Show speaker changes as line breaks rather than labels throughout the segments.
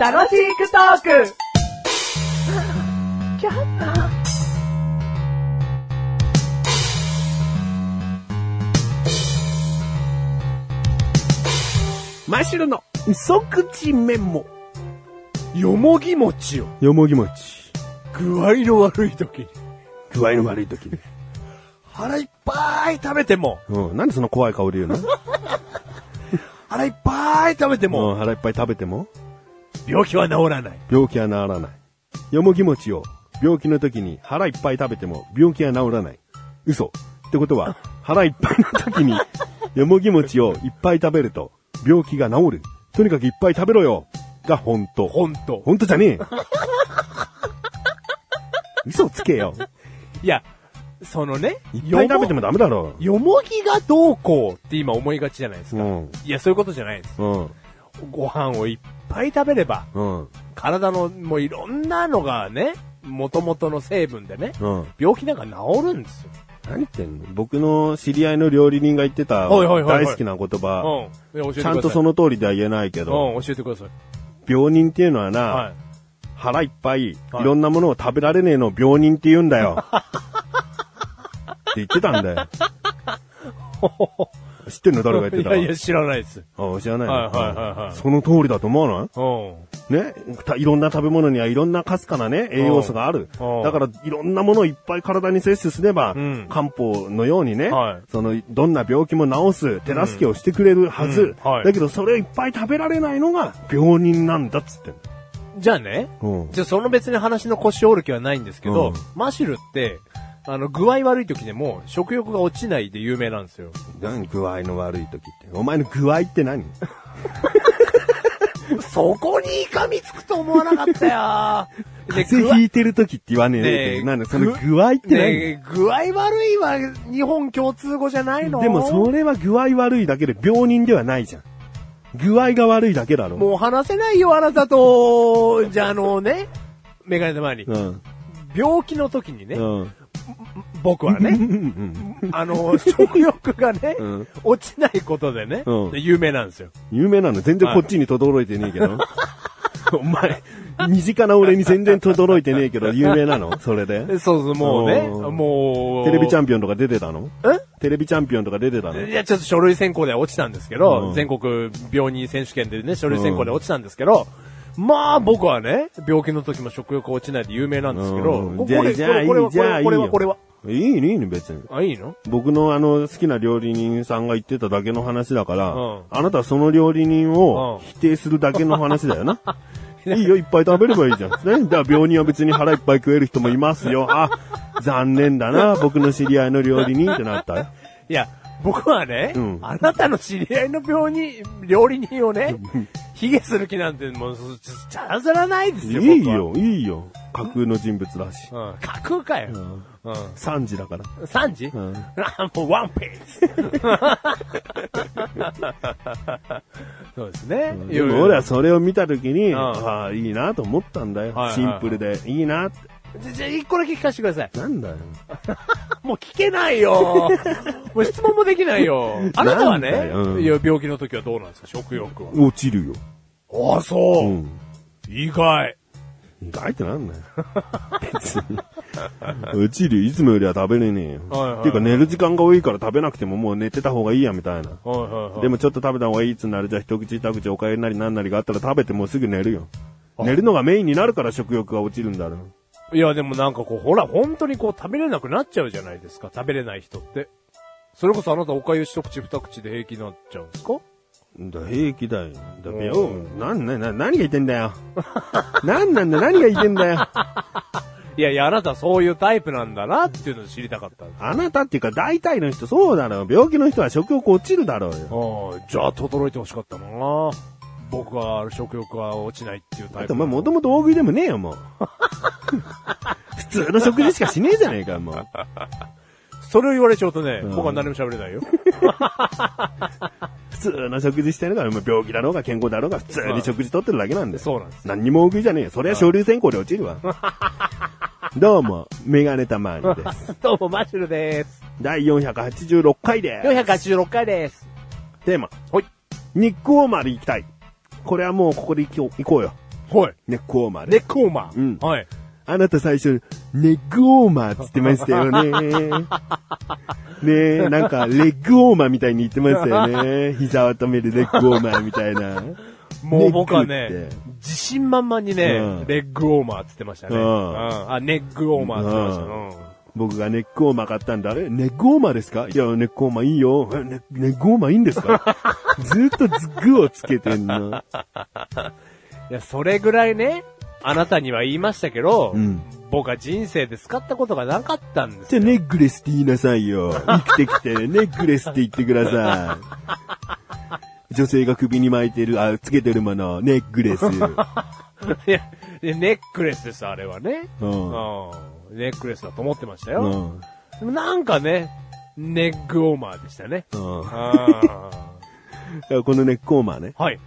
楽しくトーク
マシロの嘘口メモ。よもぎ餅を、
よもぎ餅。
具合の悪い時に、
具合の悪い時に。
腹いっぱい食べても、
うん。なんでそんな怖い顔で言うの
腹いっぱい食べても、
うん。腹いっぱい食べても、
病気は治らない。
病気は治らない。よもぎ餅を、病気の時に腹いっぱい食べても、病気は治らない。嘘。ってこと は、腹いっぱいの時に、よもぎ餅をいっぱい食べると、病気が治る。とにかくいっぱい食べろよ。が本当。
ほんと。
本当じゃねえ。嘘つけよ。
いや、そのね、
いっぱい食べて
も
もダメだろ。
よもぎがどうこうって今思いがちじゃないです
う
か。
ん。
いや、そういうことじゃないです。
うん。
ご飯をいっぱい食べれば、
うん。
体のもういろんなのがね、元々の成分でね、
うん。
病気なんか治るんですよ。
何言ってんの僕の知り合いの料理人が言ってた
はいはいはいはい
大好きな言葉。
うん。いや教えてください。
ちゃんとその通りでは言えないけど、
うん、教えてください。
病人っていうのは
は
な、
い。
腹いっぱいい
はい
ろんなものを食べられねえのを病人って言うんだよ。って言ってたんだよ。知ってんの誰が言ってた
いやいや、知らないです。
あ知らないの
はいはいはいはい
その通りだと思うの
うん。
ね、たいろんな食べ物にはいろんなかすかなね、栄養素がある。
うん
だから、いろんなものをいっぱい体に摂取すれば、
うん
漢方のようにね、
はい
その、どんな病気も治す手助けをしてくれるはず。
うんはい
だけど、それをいっぱい食べられないのが病人なんだっつってん
じゃあね、
のうん
じゃあその別に話の腰折る気はないんですけど、
うん
マシュルって、あの、具合悪い時でも食欲が落ちないで有名なんですよ。
何具合の悪い時って。お前の具合って何
そこにいかみつくと思わなかった よ
風邪ひいてる時って言わねえよなんだ、その具合って何、
ねえ具合悪いは日本共通語じゃないの
でも、それは具合悪いだけで病人ではないじゃん。具合が悪いだけだろ。
もう話せないよ、あなたと、じゃああのね、メガネの前に、
うん。
病気の時にね、
うん。
僕はね、あの、食欲がね、
うん
落ちないことでね、
うん
で有名なんですよ。
有名なの全然こっちに轟いてねえけ ど。お前、身近な俺に全然轟いてねえけど、有名なのそれで。
そうそう、もうね、
おー
もう。
テレビチャ
ん。
ンピオンとか出てたのテレビチャンピオンとか出てたの
いや、ちょっと書類選考では落ちたんですけど、
うん
全国病人選手権でね、書類選考で落ちたんですけど、まあ僕はね、病気の時も食欲落ちないで有名なんですけど、
うん
こ
じゃあ、
れ、
じゃあ、いい
これ、これは、
じゃあ、いい
これは、
よ。
これは。
いいね、いいね、別に。
あ、いいの
僕のあの、好きな料理人さんが言ってただけの話だから、
うん
あなたはその料理人を
うん
否定するだけの話だ よな。いいよ、いっぱい食べればいいじゃん。ね。だから病人は別に腹いっぱい食える人もいますよ。あ、残念だな、僕の知り合いの料理人ってなったよ。
いや、僕はね、
うん
あなたの知り合いの病人、料理人をね、卑下する気なんて、もう、ちちゃらざらないですよ、
いい
僕は。
よ、いいよ。架空の人物だし。
うん。架空かよ。うん。
3時だから。
3時、
ん
もうワンピース。そうですね。
でも俺はそれを見たときに、
ん
ああ、いいなと思ったんだよ。
はいはい
シンプルで、いいなって。
じゃじゃあ、一個だけ聞かせてください。
なんだよ。
もう聞けない よ。もう質問もできないよ。あなたはね、
なんだようん
いや病気の時はどうなんですか食欲は。
落ちるよ。
ああ、そうう。
ん。
意外。
意外ってなんだよ。別に。落ちるよ。いつもよりは食べれねえよ。
はいはい
っていうか寝る時間が多いから食べなくてももう寝てた方がいいやみたいな。
はいはいはい。
でもちょっと食べた方がいいっつうなるじゃあ一口一口おかゆなりなんなりがあったら食べてもうすぐ寝るよ。寝るのがメインになるから食欲が落ちるんだろう。
いや、でもなんかこう、ほら、本当にこう、食べれなくなっちゃうじゃないですか。食べれない人って。それこそあなた、おかゆ一口二口で平気になっちゃうんですか
だ平気だよ。だ
ん
べよ。なんな、な、何が言ってんだよ。なんなんだ、何が言ってんだよ。
いやいや、あなたそういうタイプなんだなっていうのを知りたかったんです。
あなたっていうか大体の人そうだろう。病気の人は食欲落ちるだろうよ。
ああ、じゃあ、轟いてほしかったな。僕は食欲が落ちないっていうタ
だ
イ
って
プ。
お前もともと大食いでもねえよ、もう。 普通の食事しかしねえじゃねえか、もう。
それを言われちゃうとね、
ん
僕は何も喋れ ないよ。
普通の食事してるから、もう病気だろうが健康だろうが普通に食事とってるだけなんだよ。
そうなんです。
何にも大食いじゃねえよ。そりゃ昇竜選考で落ち るわ。どうも、メガネたまに です。
どうも、マシュルです。
第486回で
486回です。
す。テーマ。
はい。
ネックウォーマーで行きたい。これはもうここで行こう行こうよ。
はい。
ネックウォーマーで。
ネックウォーマー。
うん
はい。
あなた最初、ネッグウォーマーって言ってましたよね。ねえ、なんか、レッグウォーマーみたいに言ってましたよね。膝を温めるレッグウォーマーみたいな。
もう僕は
ネ
ね
ックって、
自信満々にね、
うん
レッグウォーマーって言ってましたね。
う
うんん。あ、ネッグウォーマーって言ってました。うん。
僕がネックウォーマー買ったんだ。あれネックウォーマーですかいや、ネックウォーマーいいよ。えネネックウォーマーいいんですかずっとズグをつけてんの。
いや、それぐらいね、あなたには言いましたけど、
うん
僕は人生で使ったことがなかったんです
じゃ
よ。
あネックレスって言いなさいよ。生きてきて、ネックレスって言ってください。女性が首に巻いてる、あ、つけてるもの、ネックレス。
いや、いやネックレスです、あれはね。
う
うん
ん。
ネックレスだと思ってました
う
よ。
ん。
でもなんかね、ネッグウォーマーでしたね。
うん
あ
だからこのネックウォーマーね。
ーはい。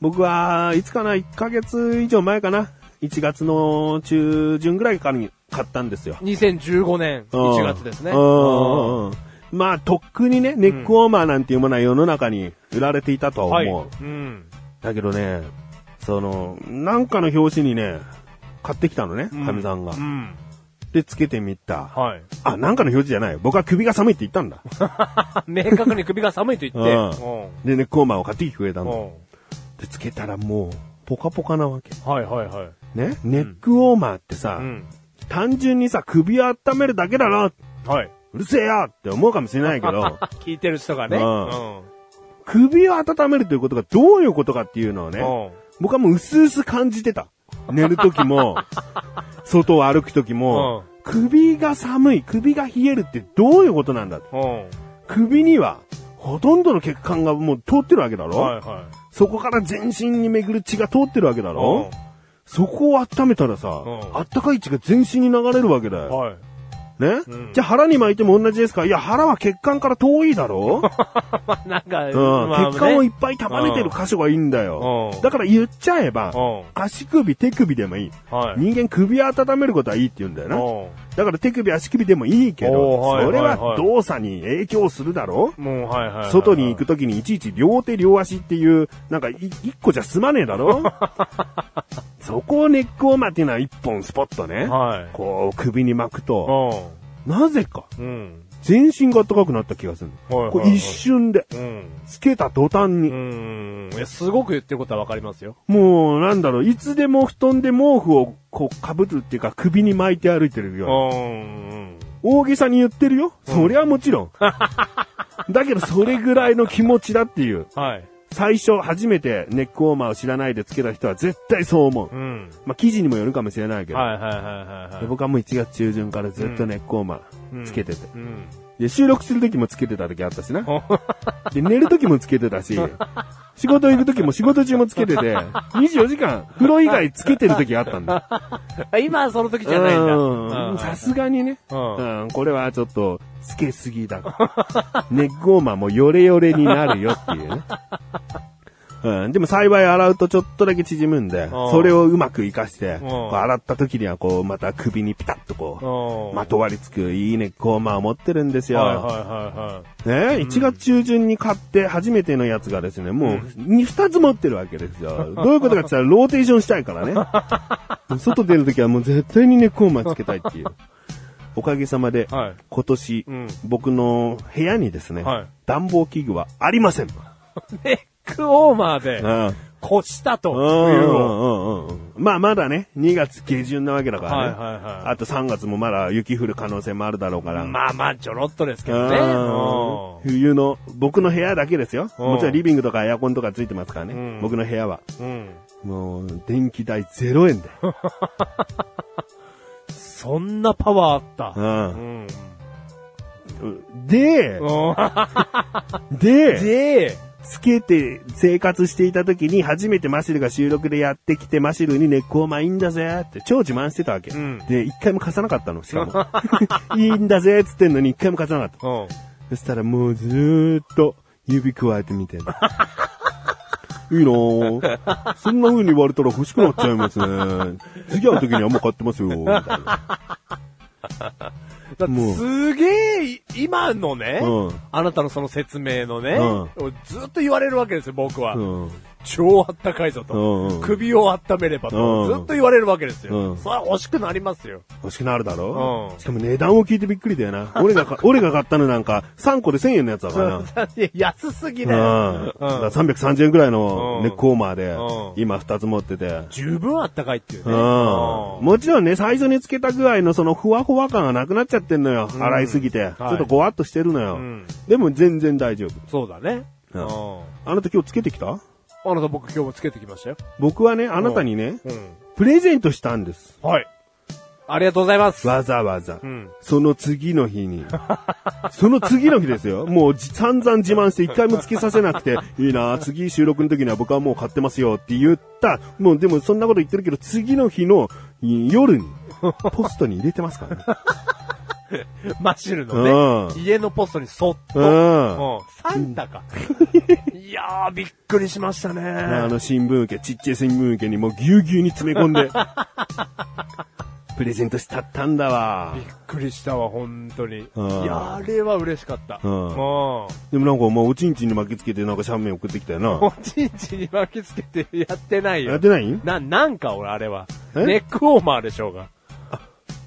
僕は、いつかな、1ヶ月以上前かな。1月の中旬ぐらいからに買ったんですよ。
2015年1月ですね。
うんうんうんうんまあ、とっくにね、ネックウォーマーなんていうものは世の中に売られていたとは思う。
はい。うん。
だけどね、その、なんかの表紙にね、買ってきたのね、
うん
かみさんが
う。ん。
で、つけてみた。
はい。
あ、なんかの表示じゃない。僕は首が寒いって言ったんだ。
あ明確に首が寒いと言って。
うんで、ネックウォーマーを買ってきてくれた
うん。う
の。
ん。
で、つけたらもう、ポカポカなわけ。
はいはいはい。
ね、ネックウォーマーってさ、
うん。
単純にさ、首を温めるだけだな、
はい。
うるせえよって思うかもしれないけ ど、
聞いてる人がね。
うん首を温めるということがどういうことかっていうのをね、
うん。
僕はもう薄々感じてた。寝る時 も、外を歩く時も、首が寒い、首が冷えるってどういうことなんだ
うん。うん。
首には、ほとんどの血管がもう通ってるわけだろ、
はいは
そこから全身に巡る血が通ってるわけだ
い。
ろ、そこを温めたらさ、
ん
あったかい血が全身に流れるわけだよ。
はい。
ね、
うん
じゃあ腹に巻いても同じですかいや、腹は血管から遠いだろ、
まあなんか、
うん
まあ
血管をい
ね
っぱい束ねてる箇所がいいんだよ。
うん
だから言っちゃえば、
う
足首、手首でもいい。
ん。はい。
人間首を温めることはいいって言うんだよな。
うん
だから手首、足首でもいいけど、
おーはい
それ
はいは
はい動作に影響するだろ
もう、はいはいはい。
外に行くときにいちいち両手両足っていう、なんかい一個じゃ済まねえ だろそこをネックオーマーっていうのは一本スポッとね、
はい。
こう首に巻くと、なぜか
うん。うん。
全身が暖かくなった気がするの。
はいはいはい
これ一瞬で、
うん。
つけた途端に、
うん。いや、すごく言ってることはわかりますよ。
もうなんだろう、いつでも布団で毛布をこう被るっていうか首に巻いて歩いてるような。
うん。
大げさに言ってるよ。そりゃも ちろん。だけどそれぐらいの気持ちだっていう。
はい。
最初初めてネックウォーマーを知らないでつけた人は絶対そう思う。
うん。
まあ記事にもよるかもしれないけど。
はいはいはいはい。
で僕はもう1月中旬からずっとネックウォーマーつけてて。
うん。
で収録する時もつけてた時あったしな。で寝る時もつけてたし。仕事行く時も仕事中もつけてて、24時間風呂以外つけてる時あったんだ。
あ今はその時じゃないんだ。
うん
うん
さすがにね、
う
うんんこれはちょっと、つけすぎだ。ネックウォーマーもヨレヨレになるよっていうね。うん、でも幸い洗うとちょっとだけ縮むんで、
ん
それをうまく活かして、
ん
こう洗った時にはこう、また首にピタッとこう、
うん。
まとわりつくいいネックウォーマーを持ってるんですよ。
はいはいはいはい。
ね、1月中旬に買って初めてのやつがですね、もう 2, 2つ持ってるわけです よ。どういうことかって言ったらローテーションしたいからね。外出るときはもう絶対にネックウォーマーつけたいっていう。おかげさまで、
はい
今年、
うん
僕の部屋にですね、
はい
暖房器具はありません。
ネックウォーマーで
う、ん
越したと、
う
冬
ん
を。
うんうんうんまあまだね、2月下旬なわけだからね。
はいはいはい
あと3月もまだ雪降る可能性もあるだろうから。
まあまあ、ちょろっとですけどね。
うん
う
冬の、僕の部屋だけですよ。
うん
もちろんリビングとかエアコンとかついてますからね。
うん
僕の部屋は。
んうん。
もう、電気代0円で。
そんなパワーあった。
う
うん。
んで、 で、
で、
つけて生活していた時に初めてマシルが収録でやってきてマシルにネックをまあいいんだぜって超自慢してたわけ。
うん
で、一回も貸さなかったの、しかも。 いいんだぜっつってんのに一回も貸さなかった。
うん。
そしたらもうずーっと指加えてみてる。 いいなぁ。そんな風に言われたら欲しくなっ ちゃいますね。次会う時にはもう買ってますよ。みたいな
だって
もう
すげえ、い今のね、
うん
あなたのその説明のね、
う
ずっと言われるわけですよ、僕は。
うん。
超あったかいぞと。
うんうん
首を温めればと、
うん
ずっと言われるわけですよ。
うん
それは欲しくなりますよ。
欲しくなるだろ
うん
しかも値段を聞いてびっくりだよな。俺がか、俺が買ったのなんか3個で1000円のやつだからな。
安すぎだ
うん。だ
よ。
から
うん
330円くらいのネ
うん
ックウォーマーで
うん、
今2つ持ってて。
十分あったかいっていう
う
ね。
ん。
うん
もちろんね、最初につけた具合のそのふわふわ感がなくなっちゃってんのよ。洗いすぎて。ちょっとごわっとしてるのよ
ん。
でも全然大丈夫。
そうだね。
う
うんん。
あなた今日つけてきた
あなた僕今日もつけてきましたよ。
僕はね、あなたにね、
うん。
プレゼントしたんです。
はい。ありがとうございます。
わざわざ。
うん。
その次の日に。 その次の日ですよ。もうじ散々自慢して一回もつけさせなくて、いいな次収録の時には僕はもう買ってますよって言った。もうでもそんなこと言ってるけど、次の日のい夜に、ポストに入れてま すからね。
マッシュルの
う
ね、家のポストにそっと。
う
うん
ん。
サンタか。いやー、びっくりしましたね。
あの新聞受け、ちっちゃい新聞受けにもうぎゅうぎゅうに詰め込 んで、プレゼントしたったんだわ
びっ。くりしたわ、本当に。い
うん
や、あれは嬉しかった。
うん
も
でもなんかもうおちんちんに巻きつけてなんか写メ送ってきたよな
う、。おちんちんに巻きつけてやってない
やっ
よ。
てない
な、なんか俺、あれは。
え
ネックウォーマーでしょうが。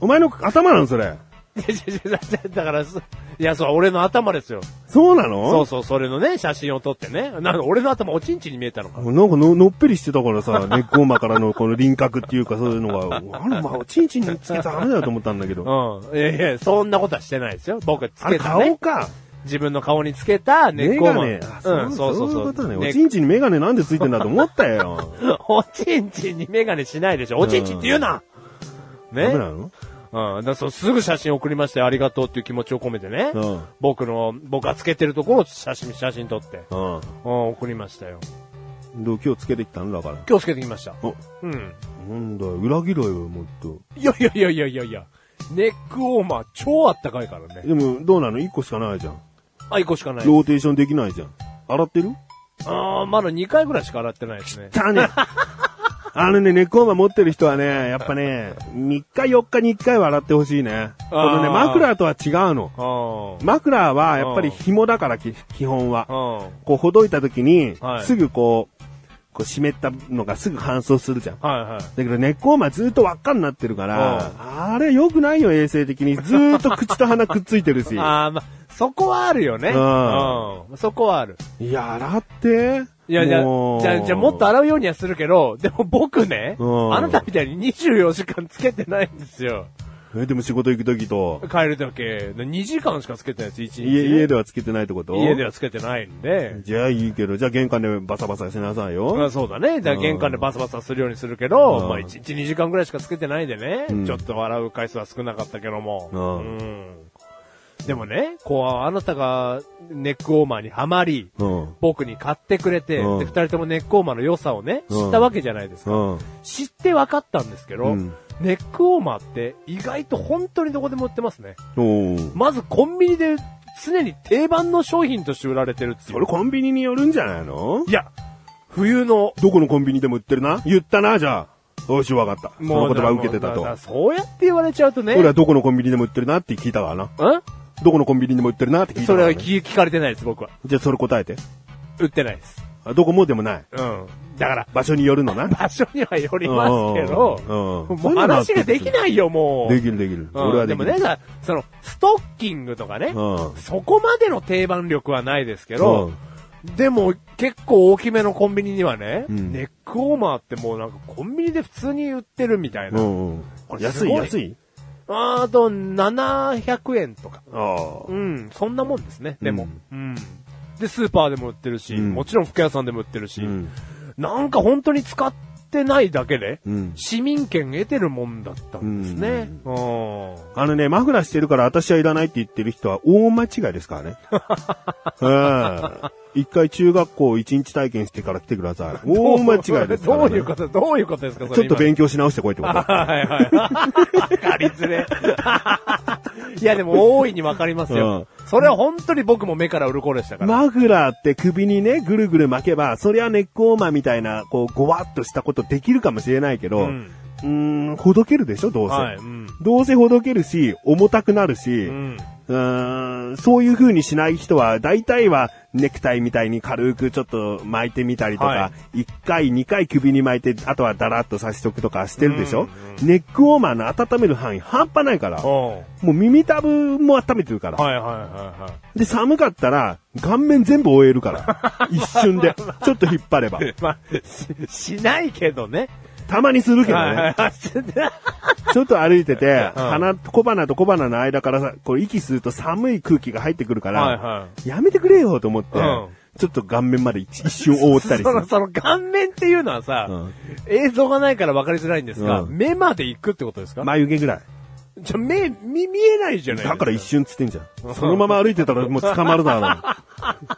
お前の頭なのそれ。
いやいやいやいやだから、そいや、そう、俺の頭ですよ。
そうなの
そうそう、それのね、写真を撮ってね。なんか俺の頭おちんちんに見えたのか。
なんかののっぺりしてたからさ、 ネックウォーマーからのこの輪郭っていうかそういうのが、あの、まあ、チンチンにつけちゃダメだよと思ったんだけど。
うん。いやいや、そんなことはしてないですよ。僕つ
あ
け
れ
た
顔
ね。
か。
自分の顔につけたネッ
メ
クウォ
ガ
ーマ
ネ。
ー。
あ
うん、そうそうそう。
いうことね。
ネ
お
ッ
ちんちんにメガネなんでついてんだと思ったよ。
おちんちんにメガネしないでしょ。おちんちんって言うな ね
ダメなの
うん。だからそうすぐ写真送りましてありがとうっていう気持ちを込めてね。
うん
僕の、僕がつけてるところを写真、写真撮って。
うん。
うん、送りましたよ。
どう今日つけてきたのだから。
今日つけてきました。
お、
うん。
なんだよ、裏切ろよ、もっと。
いやいやいやいやいやいや。ネックウォーマー超あったかいからね。
でも、どうなの一個しかないじゃん。
あ、一個しかない。
ローテーションできないじゃん。洗ってる
ああ、まだ2回ぐらいしか洗ってないですね。
たね。 あのね、ネックウォーマー持ってる人はね、やっぱね、3日4日に1回は洗ってほしいね。このね、
あー
枕とは違うの。
あ
枕はやっぱり紐だから、き基本は。
あ。うん。
こう、ほどいた時に
は、い
すぐこう、こう湿ったのがすぐ乾燥するじゃん。
はいはい。
だけど、ネックウォーマーずっと輪っかになってるから、あれ良くないよ、衛生的に。ずーっと口と鼻くっついて るし。いや、
ああ、まあ、そこはあるよね。
うん
うん。そこはある。
洗って。
いや、じゃあ
もう
じゃあ、じゃあ、もっと洗うようにはするけど、でも僕ね、
うん
あなたみたいに24時間つけてないんですよ。
え、でも仕事行く時と、
帰るだけ、2時間しかつけてないです、1日ね、
家、家ではつけてないってこと
家ではつけてないんで。
じゃあいいけど、じゃあ玄関でバサバサしなさいよ。
まあそうだね。じゃあ玄関でバサバサするようにするけど、
うん
まあ1日2時間ぐらいしかつけてないでね、
うん
ちょっと洗う回数は少なかったけども。
う
うん
ん。
でもね、こう、あなたがネックウォーマーにはまり、
うん。
僕に買ってくれて、
うん
で、二人ともネックウォーマーの良さをね、
うん
知ったわけじゃないですか。
うん。
知って分かったんですけど、
うん
ネックウォーマーって意外と本当にどこでも売ってますね。
おー
まずコンビニで常に定番の商品として売られてるってい
そうれ。コンビニによるんじゃないの
いや、冬の、
どこのコンビニでも売ってるな言ったな、じゃあ。よし、わかった。その言葉受けてた
もうだ
と
だ。そうやって言われちゃうとね。
俺はどこのコンビニでも売ってるなって聞いたからな。
ん
どこのコンビニでも売ってるなって聞いた
そ
か
れ
ら、
は
ね。
聞聞かれてないです、僕は。
じゃあそれ答えて。
売ってないです。
あどこもでもない。
うん。だから、
場所によるの な。
場所にはよりますけど、
うんうん
もう話ができないよ、もう。
できるできる。
うん
俺はで
で
き
も
る。
ね、だからその、ストッキングとかね、
うん
そこまでの定番力はないですけど、でも結構大きめのコンビニにはね、
うん
ネックウォーマーってもうなんかコンビニで普通に売ってるみたいな。
うんうん。
これす
安い
ごい
安い
あーあと、700円とか。
ああ
う。ん、そんなもんですね、でも。うん。で、スーパーでも売ってるし、
うん
もちろん服屋さんでも売ってるし、
うん
なんか本当に使ってないだけで、
うん
市民権得てるもんだったんですね。うん。
あのね、マフラーしてるから私はいらないって言ってる人は大間違いですからね。 うん一回中学校一日体験してから来てください。 大間違いですか
ど
ら、ね。
ういうこと、どういうことですか、それ
ちょっと
今
勉強し直してこいって こと。
はいはい。わかりづれ。いやでも大いにわかりますよ。それは本当に僕も目から鱗でしたから。
マフラーって首にね、ぐるぐる巻けば、そりゃネックウォーマーみたいな、こう、ごわっとしたことできるかもしれないけど、
うん
うーん、ほどけるでしょ、どうせ。
はい、うん。
どうせほどけるし、重たくなるし、
う。
うんーん、そういう風にしない人は、大体はネクタイみたいに軽くちょっと巻いてみたりと
は
か、一1回、2回首に巻いて、あとはダラッとさしとくとかしてるでしょ、ネックウォーマーの温める範囲半端ないから、も
おう
う耳たぶも温めてるから。
はいはいはいは
で、寒かったら、顔面全部覆え るから。一瞬で。ちょっと引っ張れば。
い。まあ、し、しないけどね。
たまにするけど
はいは
ね
い。はい。
ちょっと歩いてて、
うん
鼻、小鼻と小鼻の間からさ、こう息すると寒い空気が入ってくるから、
はいは
やめてくれよと思って、
うん
ちょっと顔面まで一一瞬覆ったりす
その、
る。
その顔面っていうのはさ、
うん
映像がないから分かりづらいんですが、
うん
目まで行くってことですか、
眉毛ぐらい。
じゃ、目、見、見えないじゃないですか。
だから一瞬つってんじゃん。そのまま歩いてたらもう捕まる だろ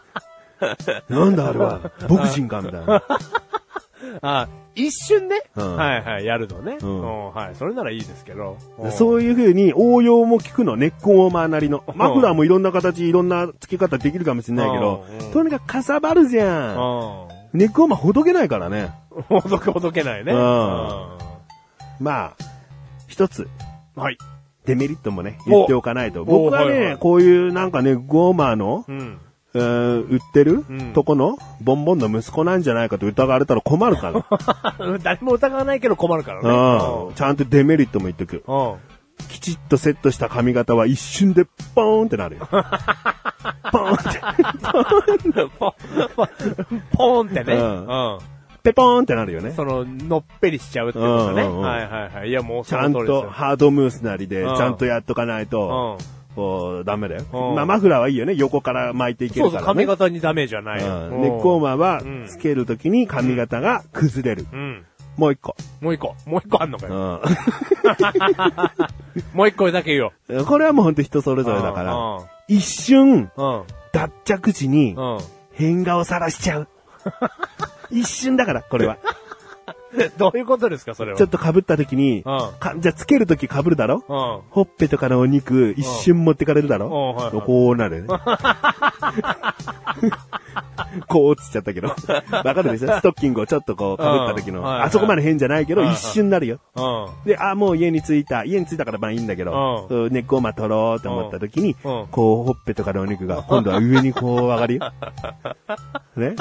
う。なんだあれは、ボクシングかみたいな。
あ、一瞬ね、
うん
はいはい、やるのね、う
うんん
はい。それならいいですけど。う
そ
ん。
ういう風に応用も効くの。ネックウォーマーなりの。マフラーもいろんな形、いろんな付け方できるかもしれないけど
うんうん、
とにかくかさばるじ
う
ゃ
ん。
ん。ネックウォーマーほどけないからね。
ほどけほどけないね。
うん
は
まあ、一つ、
い。
デメリットもね、言っておかないと。僕はね、
はいはい
こういうなんかね、ゴーマーの、
うん。
えー売ってる、
うん
とこの、ボンボンの息子なんじゃないかと疑われたら困る から。
誰も疑わないけど困るからね。
うんちゃんとデメリットも言っとく。
うん。うん
きちっとセットした髪型は一瞬で、ポーンってなる よ。ポーンって、
ポポーンってね。
うん
うん。
ペポーンってなるよね。
その、のっぺりしちゃうってことね。
うんうんうん
はいはいはい。いや、もう
ち
そ
ゃん
の通りです
と
よ。
ハードムースなりで、ち
うん
ゃんとやっとかないと、
うん。
こうダメだよ。
うん
まあマフラーはいいよね。横から巻いていけ
そう
る
そ
か
う、
ら
髪
ね。
型にダメージはないよ。
うんネックウォー
マ
マーは
うん
つけるときに髪型が崩れる。
うん。
もう一個。
もう一個、もう一個あんのか
う
よ。
ん
もう一個だけ言おう。
これはもうほんと人それぞれだから、
う
一瞬、
ん。うん。
脱着時に
うん。うん
変顔さらしちゃう。 一瞬だから、これは。
どういうことですか、それは。
ちょっと被った時
う
に、
ん
かじゃあつける時被るだろ
うん。
ほっぺとかのお肉、一瞬持ってかれるだ
うん
ろ、
はいはい
こう なるよね。こう落ちちゃったけど。わかるでしょストッキングをちょっとこう被った時
う
の
んはい。はい
あそこまで変じゃないけど、
うん
一瞬なるよ。
うん。
で、あ、もう家に着いた。家に着いたからまあいいんだけど、
う
そう根っこをまあ取ろうと思った時に、
うんうん
こう、ほっぺとかのお 肉が、今度は上にこう上がるよ。ね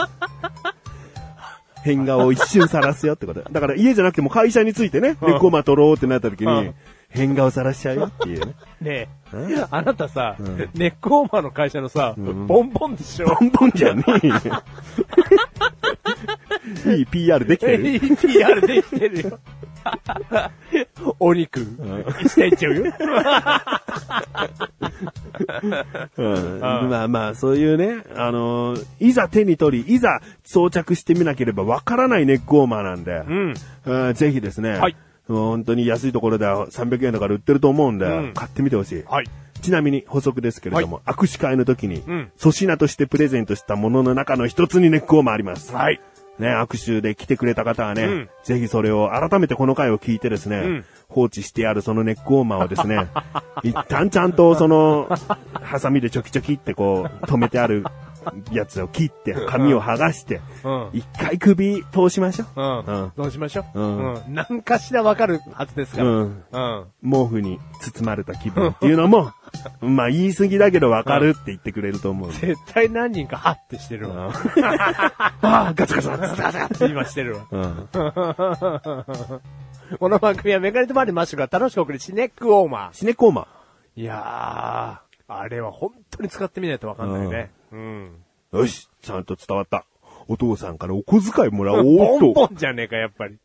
変顔を一瞬さらすよってこと。だから家じゃなくても会社についてね、
うん
根っこをまあ取ろうってなった時
うん
に、変顔さらしちゃうよっていうね。
ねえ
え、
あなたさ、
ん
ネックウォーマーの会社のさ、
ん
ボンボンでし ょ
ボンボンじゃねえよ。 いい PR できてる
?EPR できてるよ。お肉、していっちゃう よ。
うんまあまあ、そういうね、あのーいざ手に取り、いざ装着してみなければわからないネックウォーマーなんで、
うん。
うんぜひですね、
はい
もう本当に安いところで300円だから売ってると思うんで、
うん
買ってみてほしい。
はい。
ちなみに補足ですけれども、握手会の時に
うん、
粗品としてプレゼントしたものの中の一つにネックウォーマーあります。
はい。
ね、握手で来てくれた方はね、
うん
ぜひそれを改めてこの回を聞いてですね、
ん
放置してあるそのネックウォーマーをです ね、一旦ちゃんとその、ハサミでチョキチョキってこう、止めてあるやつを切って、髪を剥がして、
うん
一回首通しましょ
う
う。
ん。
うん
どうしましょう。う
うんん。
何かしらわかるはずですから。う
うんん。
うん。
毛布に包まれた気分っていうのも、まあ言い過ぎだけどわかるって言ってくれると思う。
絶対何人かハッてしてる わ。
ああ、ガツガツガツガツガツ。
今してるわ。
うん。
この番組はメガネとマリマッシュが楽しくお送りし、ネックウォーマ
シネコーマ。
ー。いやー、あれは本当に使ってみないとわかんないね。うん。
よし、ちゃんと伝わった。お父さんからお小遣いもらおう
ボン
と。
ボンじゃねえか、やっぱり。